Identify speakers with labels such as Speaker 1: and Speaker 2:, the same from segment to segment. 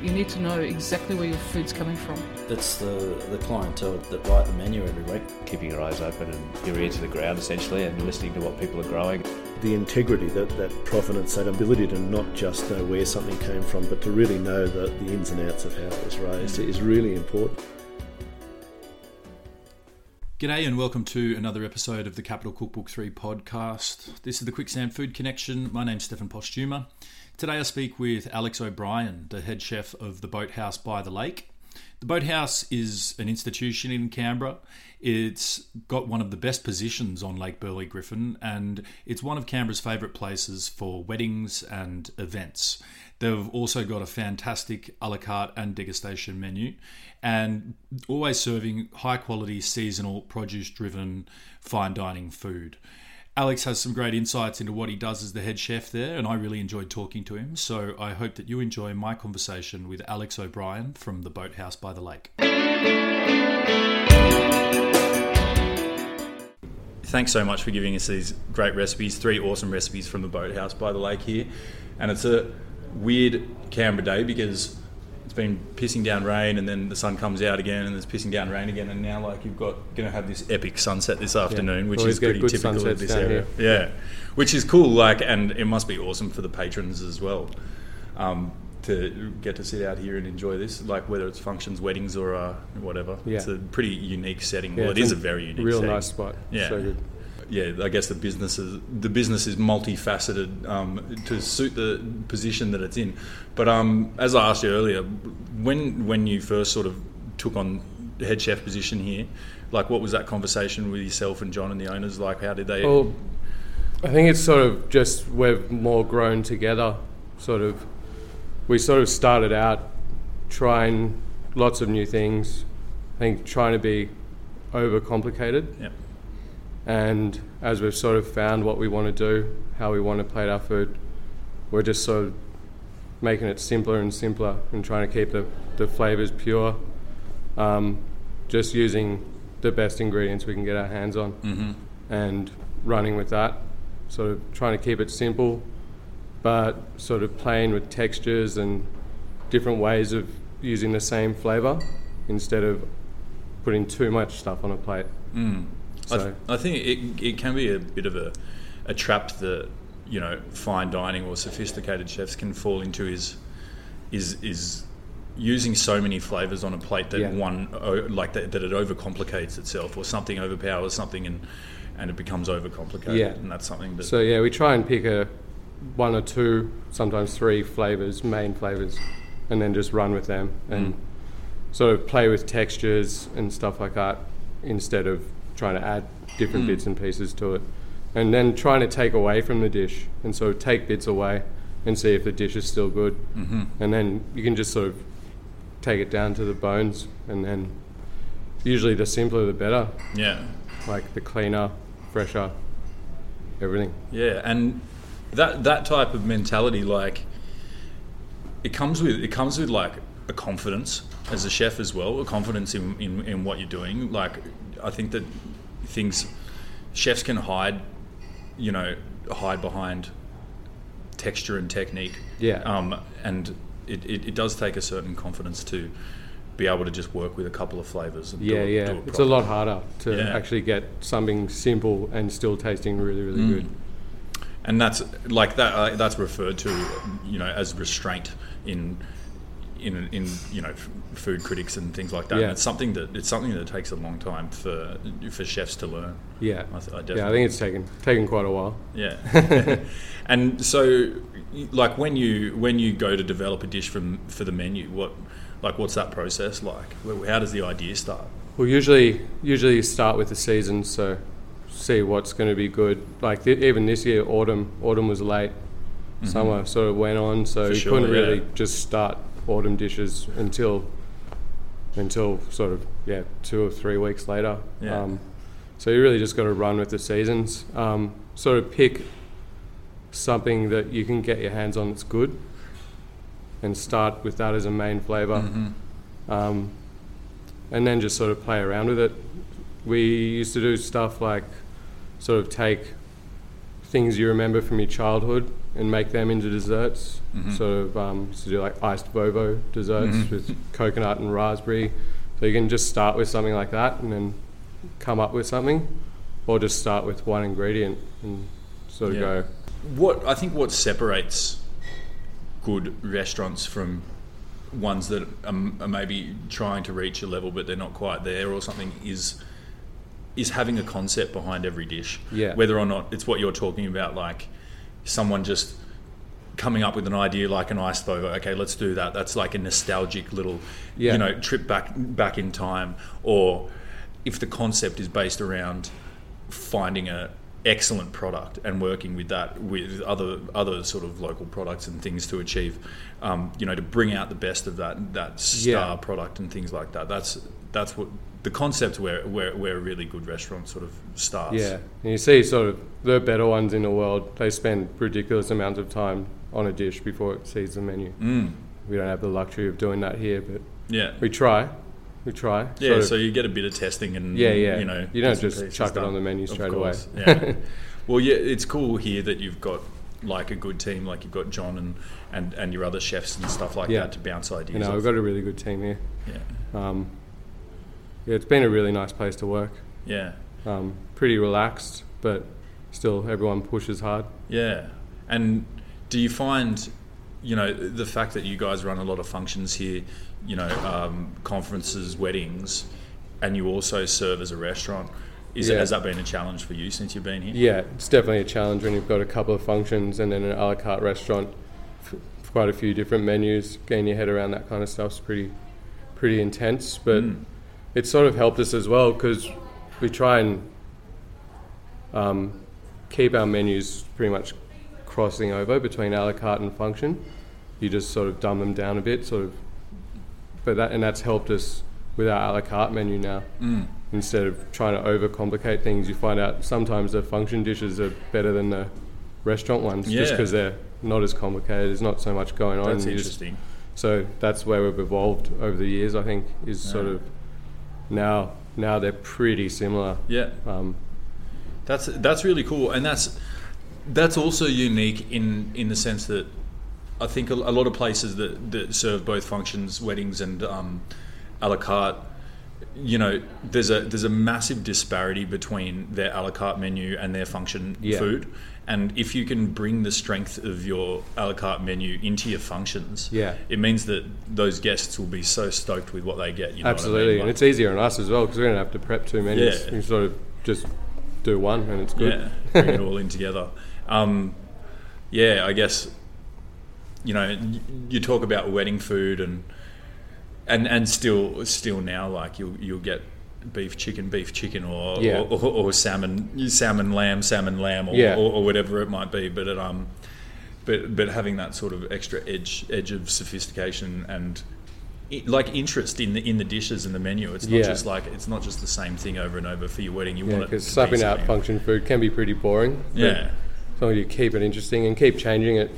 Speaker 1: You need to know exactly where your food's coming from.
Speaker 2: That's the, the clientele that write the menu every week.
Speaker 3: Keeping your eyes open and your ear to the ground, essentially, and listening to what people are growing.
Speaker 4: The integrity, that, that provenance, that ability to not just know where something came from, but to really know the, the ins and outs of how it was raised mm. is really important.
Speaker 5: G'day and welcome to another episode of the Capital Cookbook 3 podcast. This is the Quicksand Food Connection. My name's Stefan Postuma. Today I speak with Alex O'Brien, the head chef of the Boathouse by the Lake. The Boathouse is an institution in Canberra. It's got one of the best positions on Lake Burley Griffin, and it's one of Canberra's favourite places for weddings and events. They've also got a fantastic a la carte and degustation menu, and always serving high quality, seasonal, produce driven, fine dining food. Alex has some great insights into what he does as the head chef there, and I really enjoyed talking to him. So I hope that you enjoy my conversation with Alex O'Brien from the Boathouse by the Lake. Thanks so much for giving us these great recipes, three awesome recipes from the Boathouse by the Lake here. And it's a weird Canberra day because it's been pissing down rain and then the sun comes out again and it's pissing down rain again and now like you've got going to have this epic sunset this afternoon yeah. which is pretty typical of this area yeah. yeah. which is cool like and it must be awesome for the patrons as well um, to get to sit out here and enjoy this like whether it's functions weddings or uh, whatever yeah. it's a pretty unique setting well it is a very unique
Speaker 6: real
Speaker 5: setting.
Speaker 6: nice spot
Speaker 5: yeah
Speaker 6: so
Speaker 5: yeah, I guess the business is the business is multifaceted um, to suit the position that it's in. But um, as I asked you earlier, when when you first sort of took on the head chef position here, like what was that conversation with yourself and John and the owners like? How did they?
Speaker 6: Well, I think it's sort of just we've more grown together. Sort of, we sort of started out trying lots of new things. I think trying to be overcomplicated.
Speaker 5: Yeah
Speaker 6: and as we've sort of found what we want to do, how we want to plate our food, we're just sort of making it simpler and simpler and trying to keep the, the flavours pure, um, just using the best ingredients we can get our hands on
Speaker 5: mm-hmm.
Speaker 6: and running with that, sort of trying to keep it simple, but sort of playing with textures and different ways of using the same flavour instead of putting too much stuff on a plate.
Speaker 5: Mm. So. I, th- I, think it, it can be a bit of a, a trap that you know fine dining or sophisticated chefs can fall into is is is using so many flavors on a plate that yeah. one oh, like that, that it overcomplicates itself or something overpowers something and and it becomes overcomplicated yeah. and that's something that
Speaker 6: so yeah we try and pick a one or two sometimes three flavors main flavors and then just run with them and mm. sort of play with textures and stuff like that instead of trying to add different mm. bits and pieces to it. And then trying to take away from the dish and sort of take bits away and see if the dish is still good.
Speaker 5: Mm-hmm.
Speaker 6: And then you can just sort of take it down to the bones and then usually the simpler the better.
Speaker 5: Yeah.
Speaker 6: Like the cleaner, fresher, everything.
Speaker 5: Yeah, and that that type of mentality like it comes with it comes with like a confidence as a chef as well, a confidence in, in, in what you're doing. Like I think that things chefs can hide, you know, hide behind texture and technique.
Speaker 6: Yeah.
Speaker 5: Um, and it, it, it, does take a certain confidence to be able to just work with a couple of flavors.
Speaker 6: yeah,
Speaker 5: it,
Speaker 6: yeah.
Speaker 5: It
Speaker 6: it's a lot harder to yeah. actually get something simple and still tasting really, really mm. good.
Speaker 5: and that's like that. Uh, that's referred to, you know, as restraint in in in you know f- food critics and things like that.
Speaker 1: Yeah.
Speaker 5: And it's something that it's something that takes a long time for for chefs to learn.
Speaker 1: Yeah.
Speaker 5: I, th-
Speaker 1: yeah,
Speaker 5: I
Speaker 1: I
Speaker 5: definitely-
Speaker 1: think it's taken taken quite a while.
Speaker 5: yeah. and so, y- like when you when you go to develop a dish from for the menu, what like what's that process like? Wh- How does the idea start?
Speaker 1: Well, usually, usually you start with the season, so see what's going to be good. Like th- even this year, autumn, autumn was late.
Speaker 5: Mhm.
Speaker 1: Summer sort of went on, so
Speaker 5: For
Speaker 1: you
Speaker 5: sure,
Speaker 1: couldn't
Speaker 5: yeah.
Speaker 1: really just start autumn dishes until until sort of yeah two or three weeks later. Um,
Speaker 5: Yeah.
Speaker 1: so you really just got to run with the seasons. Um, sort of pick something that you can get your hands on that's good, and start with that as a main flavor
Speaker 5: Mm-hmm.
Speaker 1: um, and then just sort of play around with it. We used to do stuff like sort of take things you remember from your childhood and make them into desserts.
Speaker 5: Mhm.
Speaker 1: Sort of um, used to do like iced bobo desserts
Speaker 5: Mhm.
Speaker 1: with coconut and raspberry. So you can just start with something like that and then come up with something, or just start with one ingredient and sort of
Speaker 5: Yeah.
Speaker 1: go.
Speaker 5: What I think what separates good restaurants from ones that are, are Um, uh, maybe trying to reach a level but they're not quite there or something is is having a concept behind every dish.
Speaker 1: Yeah.
Speaker 5: Whether or not it's what you're talking about, like someone just coming up with an idea like an ice boba. Okay, let's do that. That's like a nostalgic little,
Speaker 1: Yeah.
Speaker 5: you know, trip back back in time. Or if the concept is based around finding a excellent product and working with that with other other sort of local products and things to achieve, um, you know, to bring out the best of that that star
Speaker 1: Yeah.
Speaker 5: product and things like that. That's that's what the concept where where where a really good restaurant sort of starts.
Speaker 1: Yeah, and you see sort of the better ones in the world, they spend ridiculous amounts of time on a dish before it sees the menu.
Speaker 5: Mm.
Speaker 1: We don't have the luxury of doing that here, but
Speaker 5: Yeah.
Speaker 1: we try. We try.
Speaker 5: Yeah,
Speaker 1: Sort of-
Speaker 5: so you get a bit of testing and
Speaker 1: Yeah, yeah.
Speaker 5: you know
Speaker 1: You don't
Speaker 5: bits and
Speaker 1: just
Speaker 5: pieces
Speaker 1: chuck it
Speaker 5: done.
Speaker 1: on the menu
Speaker 5: Of
Speaker 1: straight away.
Speaker 5: course, yeah. well, yeah, it's cool here that you've got like a good team, like you've got John and and, and your other chefs and stuff like
Speaker 1: Yeah.
Speaker 5: that to bounce ideas.
Speaker 1: you know,
Speaker 5: off.
Speaker 1: Uh, we've got a really good team here.
Speaker 5: Yeah.
Speaker 1: Um, yeah, it's been a really nice place to work.
Speaker 5: Yeah.
Speaker 1: Um, pretty relaxed, but still everyone pushes hard.
Speaker 5: Yeah. And do you find, you know, the fact that you guys run a lot of functions here, you know, um, conferences, weddings, and you also serve as a restaurant, is
Speaker 1: Yeah.
Speaker 5: has that been a challenge for you since you've been here?
Speaker 1: Yeah, it's definitely a challenge when you've got a couple of functions and then an a la carte restaurant, f- quite a few different menus. Getting your head around that kind of stuff's pretty, pretty intense. But
Speaker 5: Mm.
Speaker 1: it's sort of helped us as well because we try and um, keep our menus pretty much crossing over between a la carte and function. You just sort of dumb them down a bit, sort of. But that and that's helped us with our a la carte menu now.
Speaker 5: Mm.
Speaker 1: Instead of trying to overcomplicate things, you find out sometimes the function dishes are better than the restaurant ones just
Speaker 5: Yeah.
Speaker 1: because they're not as complicated. There's not so much going on.
Speaker 5: That's
Speaker 1: You just-
Speaker 5: interesting.
Speaker 1: so that's where we've evolved over the years. I think is sort
Speaker 5: Yeah.
Speaker 1: of now now they're pretty similar.
Speaker 5: Yeah.
Speaker 1: Um,
Speaker 5: That's that's really cool, and that's that's also unique in in the sense that I think a, a lot of places that that serve both functions, weddings and um, a la carte. You know, there's a there's a massive disparity between their a la carte menu and their function
Speaker 1: Yeah.
Speaker 5: food, and if you can bring the strength of your a la carte menu into your functions,
Speaker 1: Yeah.
Speaker 5: it means that those guests will be so stoked with what they get. You know what I mean?
Speaker 1: absolutely,
Speaker 5: Like-
Speaker 1: and it's easier on us as well because we don't have to prep too many.
Speaker 5: Yeah.
Speaker 1: We can sort of just do one and it's good.
Speaker 5: Yeah, bring it all in together. Um, yeah, I guess you know y- you talk about wedding food and and and still still now like you'll you'll get beef chicken beef chicken or
Speaker 1: Yeah.
Speaker 5: or, or, or salmon salmon lamb salmon lamb or,
Speaker 1: Yeah.
Speaker 5: or, or whatever it might be but it um but but having that sort of extra edge edge of sophistication and i- like interest in the in the dishes and the menu it's not
Speaker 1: Yeah.
Speaker 5: just like it's not just the same thing over and over for your wedding you
Speaker 1: Yeah,
Speaker 5: want it
Speaker 1: because
Speaker 5: to be
Speaker 1: slapping out
Speaker 5: something-
Speaker 1: function food can be pretty boring. but
Speaker 5: Yeah.
Speaker 1: as long as you keep it interesting and keep changing it.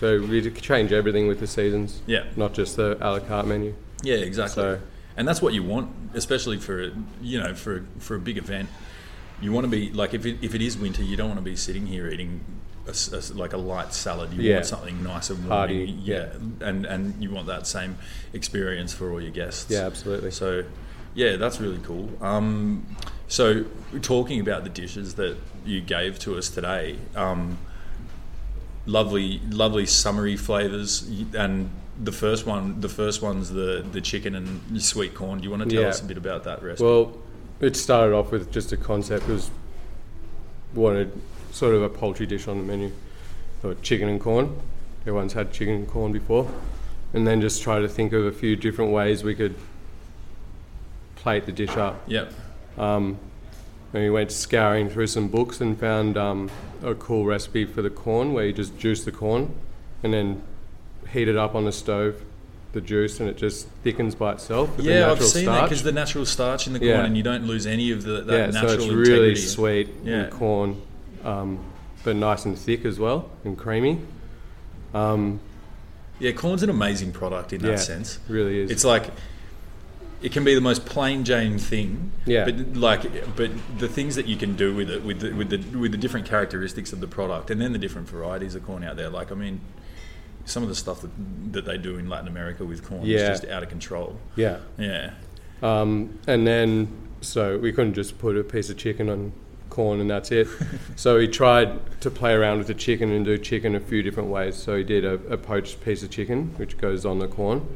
Speaker 1: So we d- change everything with the seasons.
Speaker 5: Yeah.
Speaker 1: not just the a la carte menu.
Speaker 5: Yeah, exactly.
Speaker 1: So-
Speaker 5: and that's what you want, especially for a- you know for for a big event. You want to be like if it, if it is winter, you don't want to be sitting here eating a s- a s- like a light salad. You
Speaker 1: Yeah.
Speaker 5: want something nice and warm.
Speaker 1: Hearty,
Speaker 5: yeah. and and you want that same experience for all your guests.
Speaker 1: Yeah, absolutely.
Speaker 5: So, yeah, that's really cool. Um, so talking about the dishes that you gave to us today. Um, lovely, lovely summery flavors. And the first one, the first one's the the chicken and sweet corn. Do you want to tell
Speaker 1: Yeah.
Speaker 5: us a bit about that recipe?
Speaker 1: Well, it started off with just a concept. It was wanted sort of a poultry dish on the menu, or chicken and corn. Everyone's had chicken and corn before, and then just try to think of a few different ways we could plate the dish up.
Speaker 5: Yep.
Speaker 1: Um, and we went scouring through some books and found um, a cool recipe for the corn where you just juice the corn and then heat it up on the stove, the juice, and it just thickens by itself. With the
Speaker 5: yeah, I've
Speaker 1: natural
Speaker 5: seen that
Speaker 1: starch.
Speaker 5: because the natural starch in the corn,
Speaker 1: Yeah.
Speaker 5: and you don't lose any of the that
Speaker 1: yeah,
Speaker 5: natural
Speaker 1: so it's
Speaker 5: integrity.
Speaker 1: really sweet
Speaker 5: Yeah.
Speaker 1: and corn, um, but nice and thick as well and creamy. Um,
Speaker 5: Yeah, corn's an amazing product in that
Speaker 1: Yeah,
Speaker 5: sense.
Speaker 1: really is.
Speaker 5: It's like it can be the most plain Jane thing.
Speaker 1: Yeah.
Speaker 5: But like, but the things that you can do with it, with the, with the with the different characteristics of the product, and then the different varieties of corn out there. Like, I mean, some of the stuff that that they do in Latin America with corn is
Speaker 1: Yeah.
Speaker 5: just out of control.
Speaker 1: Yeah.
Speaker 5: Yeah.
Speaker 1: Um, and then, so we couldn't just put a piece of chicken on corn and that's it. so he tried to play around with the chicken and do chicken a few different ways. So he did a, a poached piece of chicken, which goes on the corn.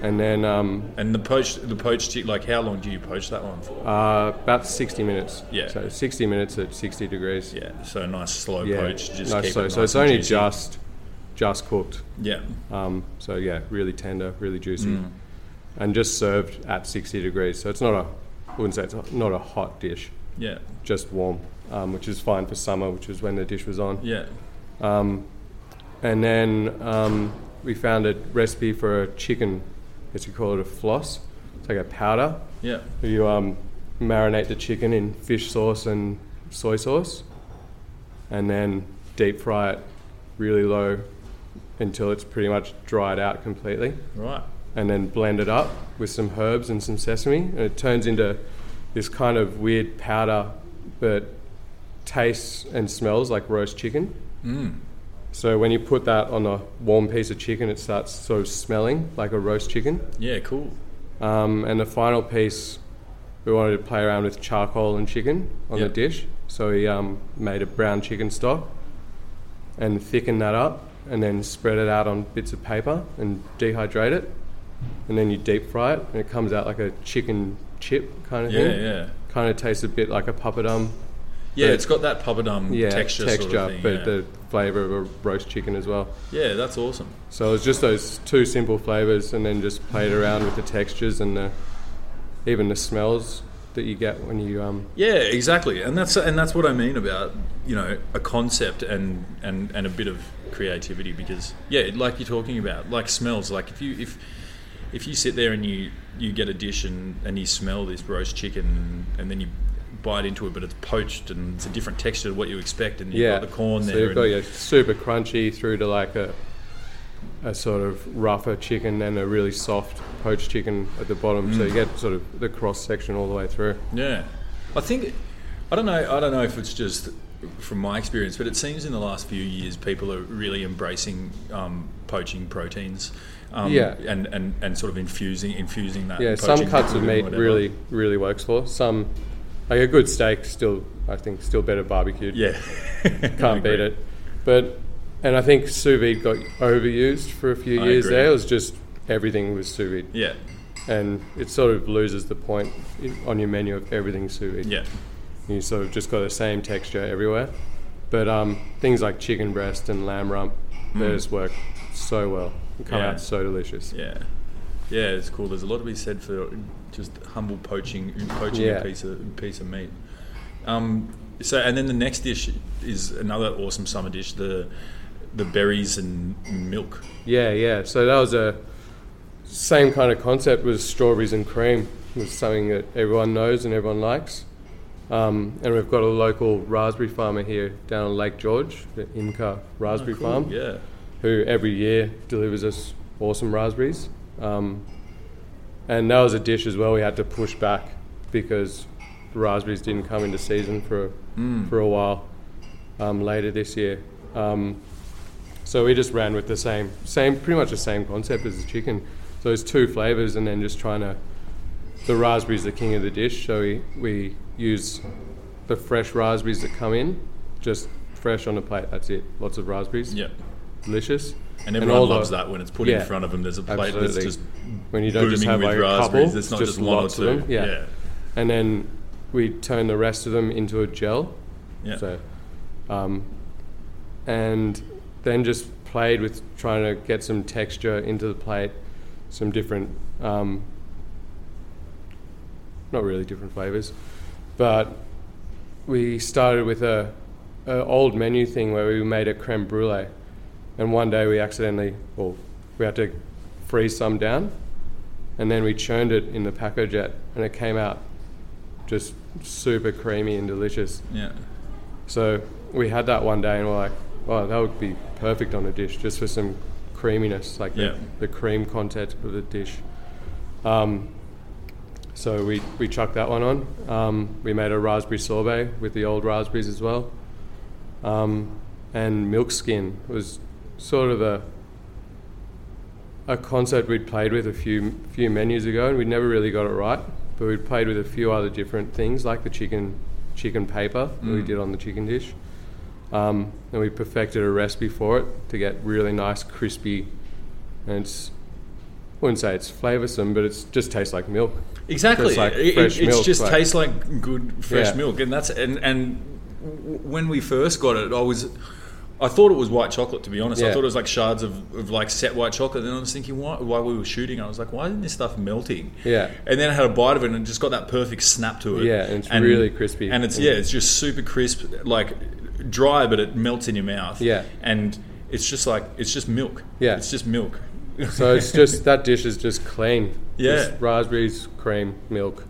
Speaker 1: And then um,
Speaker 5: And the poached the poached chick, like, how long do you poach that one for?
Speaker 1: uh, about 60 minutes.
Speaker 5: Yeah.
Speaker 1: So 60 minutes at 60 degrees.
Speaker 5: Yeah. So a nice slow poach. Just
Speaker 1: nice
Speaker 5: keep
Speaker 1: slow.
Speaker 5: It
Speaker 1: so
Speaker 5: nice
Speaker 1: it's
Speaker 5: and
Speaker 1: only
Speaker 5: juicy.
Speaker 1: just just cooked.
Speaker 5: Yeah.
Speaker 1: Um, so yeah, really tender, really juicy,
Speaker 5: Mm.
Speaker 1: and just served at 60 degrees. So it's not a, I wouldn't say it's not a hot dish.
Speaker 5: Yeah.
Speaker 1: Just warm, um, which is fine for summer, which is when the dish was on.
Speaker 5: Yeah.
Speaker 1: Um, and then um, we found a recipe for a chicken, as you call it, a floss. It's like a powder.
Speaker 5: Yeah.
Speaker 1: You um, marinate the chicken in fish sauce and soy sauce, and then deep fry it really low until it's pretty much dried out completely.
Speaker 5: Right.
Speaker 1: And then blend it up with some herbs and some sesame, and it turns into this kind of weird powder that tastes and smells like roast chicken.
Speaker 5: Mm.
Speaker 1: So when you put that on a warm piece of chicken, it starts sort of smelling like a roast chicken.
Speaker 5: Yeah. Cool.
Speaker 1: Um, and the final piece, we wanted to play around with charcoal and chicken on
Speaker 5: Yep.
Speaker 1: the dish. So we um, made a brown chicken stock and thickened that up and then spread it out on bits of paper and dehydrate it. And then you deep fry it and it comes out like a chicken chip kind of
Speaker 5: Yeah,
Speaker 1: thing.
Speaker 5: yeah.
Speaker 1: Kind of tastes a bit like a puppadum.
Speaker 5: Yeah,
Speaker 1: but-
Speaker 5: it's got that puppadum
Speaker 1: yeah,
Speaker 5: texture sort of thing,
Speaker 1: but
Speaker 5: yeah.
Speaker 1: the flavour of a roast chicken as well.
Speaker 5: Yeah, that's awesome.
Speaker 1: So it was just those two simple flavors, and then just played around with the textures and the, even the smells that you get when you um.
Speaker 5: Yeah, exactly, and that's and that's what I mean about you know a concept and and and a bit of creativity because yeah, like you're talking about, like smells, like if you if if you sit there and you you get a dish and and you smell this roast chicken and then you bite into it, but it's poached and it's a different texture to what you expect, and you've
Speaker 1: yeah,
Speaker 5: got the corn
Speaker 1: so
Speaker 5: there.
Speaker 1: you've
Speaker 5: and-
Speaker 1: got your super crunchy through to like a, a sort of rougher chicken and a really soft poached chicken at the bottom. So
Speaker 5: Mm.
Speaker 1: you get sort of the cross section all the way through.
Speaker 5: Yeah, I think I don't know. I don't know if it's just from my experience, but it seems in the last few years people are really embracing um, poaching proteins. Um,
Speaker 1: Yeah.
Speaker 5: and, and, and sort of infusing infusing that.
Speaker 1: yeah, some
Speaker 5: poaching
Speaker 1: cuts of
Speaker 5: with
Speaker 1: meat
Speaker 5: whatever.
Speaker 1: really really works for some. Like a good steak, still I think still better barbecued.
Speaker 5: Yeah.
Speaker 1: can't beat it. But and I think sous vide got overused for a few
Speaker 5: I
Speaker 1: years
Speaker 5: agree.
Speaker 1: there. It was just everything was sous vide.
Speaker 5: Yeah.
Speaker 1: and it sort of loses the point in- on your menu of everything sous vide.
Speaker 5: Yeah.
Speaker 1: you sort of just got the same texture everywhere. But um, things like chicken breast and lamb rump, they
Speaker 5: Mm.
Speaker 1: just work so well. They come
Speaker 5: Yeah.
Speaker 1: out so delicious.
Speaker 5: Yeah, yeah, it's cool. There's a lot to be said for just humble poaching poaching
Speaker 1: Yeah.
Speaker 5: a piece of piece of meat. Um, so and then the next dish is another awesome summer dish the the berries and milk.
Speaker 1: Yeah, yeah. So that was a same kind of concept was strawberries and cream was something that everyone knows and everyone likes. Um, and we've got a local raspberry farmer here down on Lake George, the Imca Raspberry
Speaker 5: Oh, cool,
Speaker 1: Farm.
Speaker 5: yeah.
Speaker 1: Who every year delivers us awesome raspberries. Um, and that was a dish as well we had to push back because the raspberries didn't come into season for
Speaker 5: Mm.
Speaker 1: for a while um, later this year. Um, so we just ran with the same same pretty much the same concept as the chicken. So it's two flavors and then just trying to the raspberries the king of the dish. So we we use the fresh raspberries that come in, just fresh on a plate. That's it. Lots of raspberries.
Speaker 5: Yep.
Speaker 1: Delicious.
Speaker 5: And everyone
Speaker 1: all
Speaker 5: loves that when it's put in front of 'em, there's a plate that's
Speaker 1: absolutely.
Speaker 5: just
Speaker 1: when you don't just
Speaker 5: booming
Speaker 1: have
Speaker 5: with
Speaker 1: like a
Speaker 5: raspberries,
Speaker 1: couple,
Speaker 5: it's not just one or
Speaker 1: lots
Speaker 5: two.
Speaker 1: Of them. Yeah.
Speaker 5: Yeah.
Speaker 1: And then we turn the rest of them into a gel.
Speaker 5: Yeah.
Speaker 1: So, um, and then just played with trying to get some texture into the plate, some different um, not really different flavors, but we started with a, a old menu thing where we made a creme brulee, and one day we accidentally, well, we had to freeze some down, and then we churned it in the paco jet, and it came out just super creamy and delicious.
Speaker 5: Yeah.
Speaker 1: So we had that one day, and we're like, "Wow, that would be perfect on a dish, just for some creaminess, like
Speaker 5: Yeah.
Speaker 1: the, the cream content of the dish." Um, so we, we chucked that one on. Um, we made a raspberry sorbet with the old raspberries as well. Um, and milk skin was sort of a a concept we'd played with a few few menus ago, and we'd never really got it right. But we'd played with a few other different things, like the chicken chicken paper that we
Speaker 5: Mm.
Speaker 1: did on the chicken dish, um, and we perfected a recipe for it to get really nice, crispy, and it's I wouldn't say it's flavoursome, but it's just tastes like milk.
Speaker 5: Exactly.
Speaker 1: Just like
Speaker 5: it, it-
Speaker 1: fresh
Speaker 5: it's
Speaker 1: milk,
Speaker 5: just
Speaker 1: like-
Speaker 5: tastes like good fresh
Speaker 1: Yeah.
Speaker 5: milk, and that's and and w- when we first got it, I was. I thought it was white chocolate, to be honest. I
Speaker 1: Yeah.
Speaker 5: thought it was like shards of, of like set white chocolate. And I was thinking, why, while we were shooting, I was like, why isn't this stuff melting?
Speaker 1: Yeah.
Speaker 5: And then I had a bite of it and it just got that perfect snap to it.
Speaker 1: Yeah, and it's really crispy. Mm.
Speaker 5: And it's, yeah, it's just super crisp, like dry, but it melts in your mouth.
Speaker 1: Yeah.
Speaker 5: And it's just like, it's just milk.
Speaker 1: Yeah.
Speaker 5: It's just milk.
Speaker 1: So it's just that dish is just clean.
Speaker 5: Yeah.
Speaker 1: Just raspberries, cream, milk,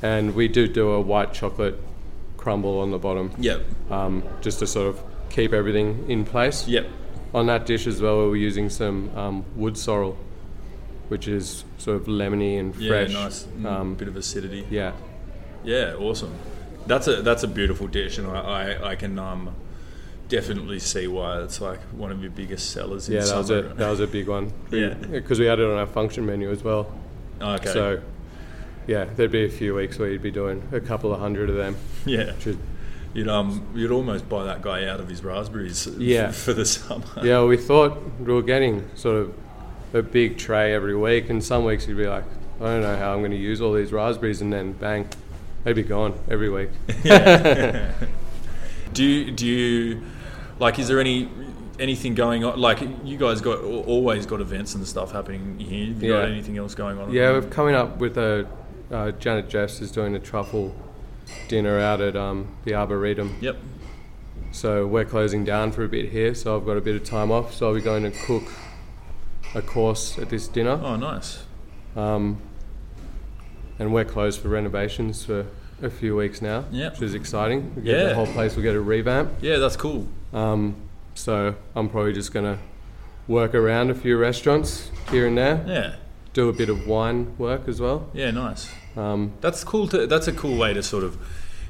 Speaker 1: and we do do a white chocolate crumble on the bottom.
Speaker 5: Yep.
Speaker 1: Um, just to sort of keep everything in place.
Speaker 5: Yep.
Speaker 1: On that dish as well, we were using some um, wood sorrel, which is sort of lemony and
Speaker 5: Yeah,
Speaker 1: fresh. Um,
Speaker 5: nice. Mm, bit of acidity.
Speaker 1: Yeah.
Speaker 5: Yeah, awesome. That's a that's a beautiful dish, and I, I, I can um, definitely see why it's like one of your biggest sellers. In
Speaker 1: Yeah, that was
Speaker 5: summer.
Speaker 1: a that was a big one.
Speaker 5: Yeah.
Speaker 1: because we had it on our function menu as well.
Speaker 5: Okay.
Speaker 1: So, yeah, there'd be a few weeks where you'd be doing a couple of hundred of them.
Speaker 5: Yeah.
Speaker 1: Which is-
Speaker 5: You'd um you'd almost buy that guy out of his raspberries. f-
Speaker 1: Yeah.
Speaker 5: For the summer.
Speaker 1: yeah, we thought we were getting sort of a big tray every week, and some weeks you'd be like, I don't know how I'm going to use all these raspberries, and then bang, they'd be gone every week.
Speaker 5: Yeah. do you, do you like? Is there any anything going on? Like you guys got al- always got events and stuff happening here. Have you got
Speaker 1: Yeah.
Speaker 5: anything else going on?
Speaker 1: Yeah, we're coming up with a uh, Janet Jeffs is doing a truffle dinner out at um, the Arboretum.
Speaker 5: Yep.
Speaker 1: So we're closing down for a bit here, so I've got a bit of time off. So I'll be going to cook a course at this dinner.
Speaker 5: Oh, nice.
Speaker 1: Um, and we're closed for renovations for a few weeks now,
Speaker 5: Yep.
Speaker 1: which is exciting. We get-
Speaker 5: Yeah.
Speaker 1: The whole place will get a revamp.
Speaker 5: Yeah, that's cool.
Speaker 1: Um, so I'm probably just going to work around a few restaurants here and there.
Speaker 5: Yeah.
Speaker 1: Do a bit of wine work as well.
Speaker 5: Yeah, nice.
Speaker 1: Um,
Speaker 5: That's cool. To, that's a cool way to sort of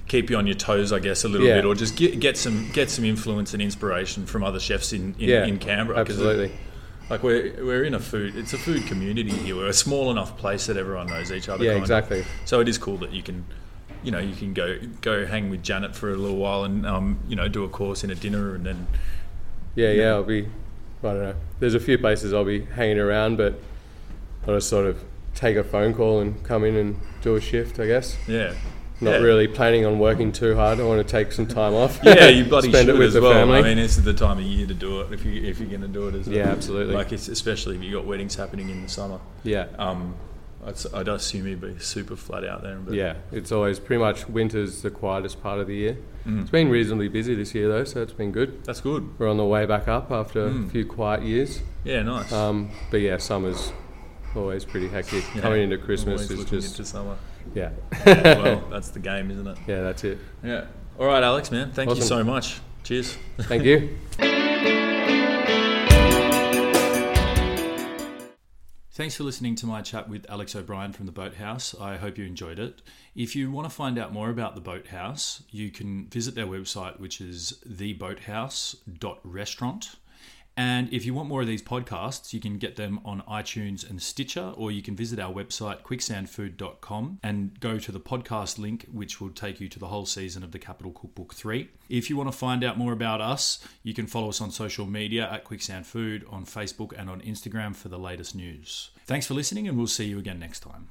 Speaker 5: keep you on your toes, I guess, a little
Speaker 1: Yeah.
Speaker 5: bit, or just get, get some get some influence and inspiration from other chefs in in,
Speaker 1: Yeah,
Speaker 5: in Canberra. 'cause it-
Speaker 1: absolutely.
Speaker 5: Like we're we're in a food. It's a food community here. We're a small enough place that everyone knows each other.
Speaker 1: Yeah,
Speaker 5: kind of.
Speaker 1: exactly.
Speaker 5: So it is cool that you can. You know, you can go go hang with Janet for a little while, and um, you know, do a course in a dinner, and then
Speaker 1: Yeah, yeah, I'll be. I don't know. There's a few places I'll be hanging around, but I'll just sort of take a phone call and come in and do a shift, I guess.
Speaker 5: Yeah.
Speaker 1: Not
Speaker 5: Yeah.
Speaker 1: really planning on working too hard. I want to take some time off.
Speaker 5: yeah, you bloody
Speaker 1: spend
Speaker 5: should
Speaker 1: it with
Speaker 5: as
Speaker 1: the
Speaker 5: well.
Speaker 1: family.
Speaker 5: I mean, this is the time of year to do it if you if you're going to do it as well.
Speaker 1: Yeah, absolutely.
Speaker 5: Like it's, especially if you got weddings happening in the summer.
Speaker 1: Yeah.
Speaker 5: Um, I'd, s- I'd assume you'd be super flat out there. But
Speaker 1: yeah, it's always pretty much winter's the quietest part of the year.
Speaker 5: Mm.
Speaker 1: It's been reasonably busy this year though, so it's been good.
Speaker 5: That's good.
Speaker 1: We're on the way back up after
Speaker 5: Mm.
Speaker 1: a few quiet years.
Speaker 5: Yeah, nice.
Speaker 1: Um, but yeah, summer's always pretty hectic.
Speaker 5: Yeah.
Speaker 1: Coming into Christmas
Speaker 5: Always
Speaker 1: is
Speaker 5: looking
Speaker 1: just
Speaker 5: into summer.
Speaker 1: Yeah.
Speaker 5: Yeah, well, that's the game, isn't it?
Speaker 1: Yeah, that's it.
Speaker 5: Yeah. All right, Alex, man. Thank you
Speaker 1: Awesome.
Speaker 5: so much. Cheers.
Speaker 1: Thank you.
Speaker 7: Thanks for listening to my chat with Alex O'Brien from The Boathouse. I hope you enjoyed it. If you want to find out more about The Boathouse, you can visit their website, which is theboathouse.restaurant.
Speaker 5: And if you want more of these podcasts, you can get them on iTunes and Stitcher, or you can visit our website, quicksandfood.com, and go to the podcast link, which will take you to the whole season of the Capital Cookbook 3. If you want to find out more about us, you can follow us on social media at Quicksand Food, on Facebook, and on Instagram for the latest news. Thanks for listening, and we'll see you again next time.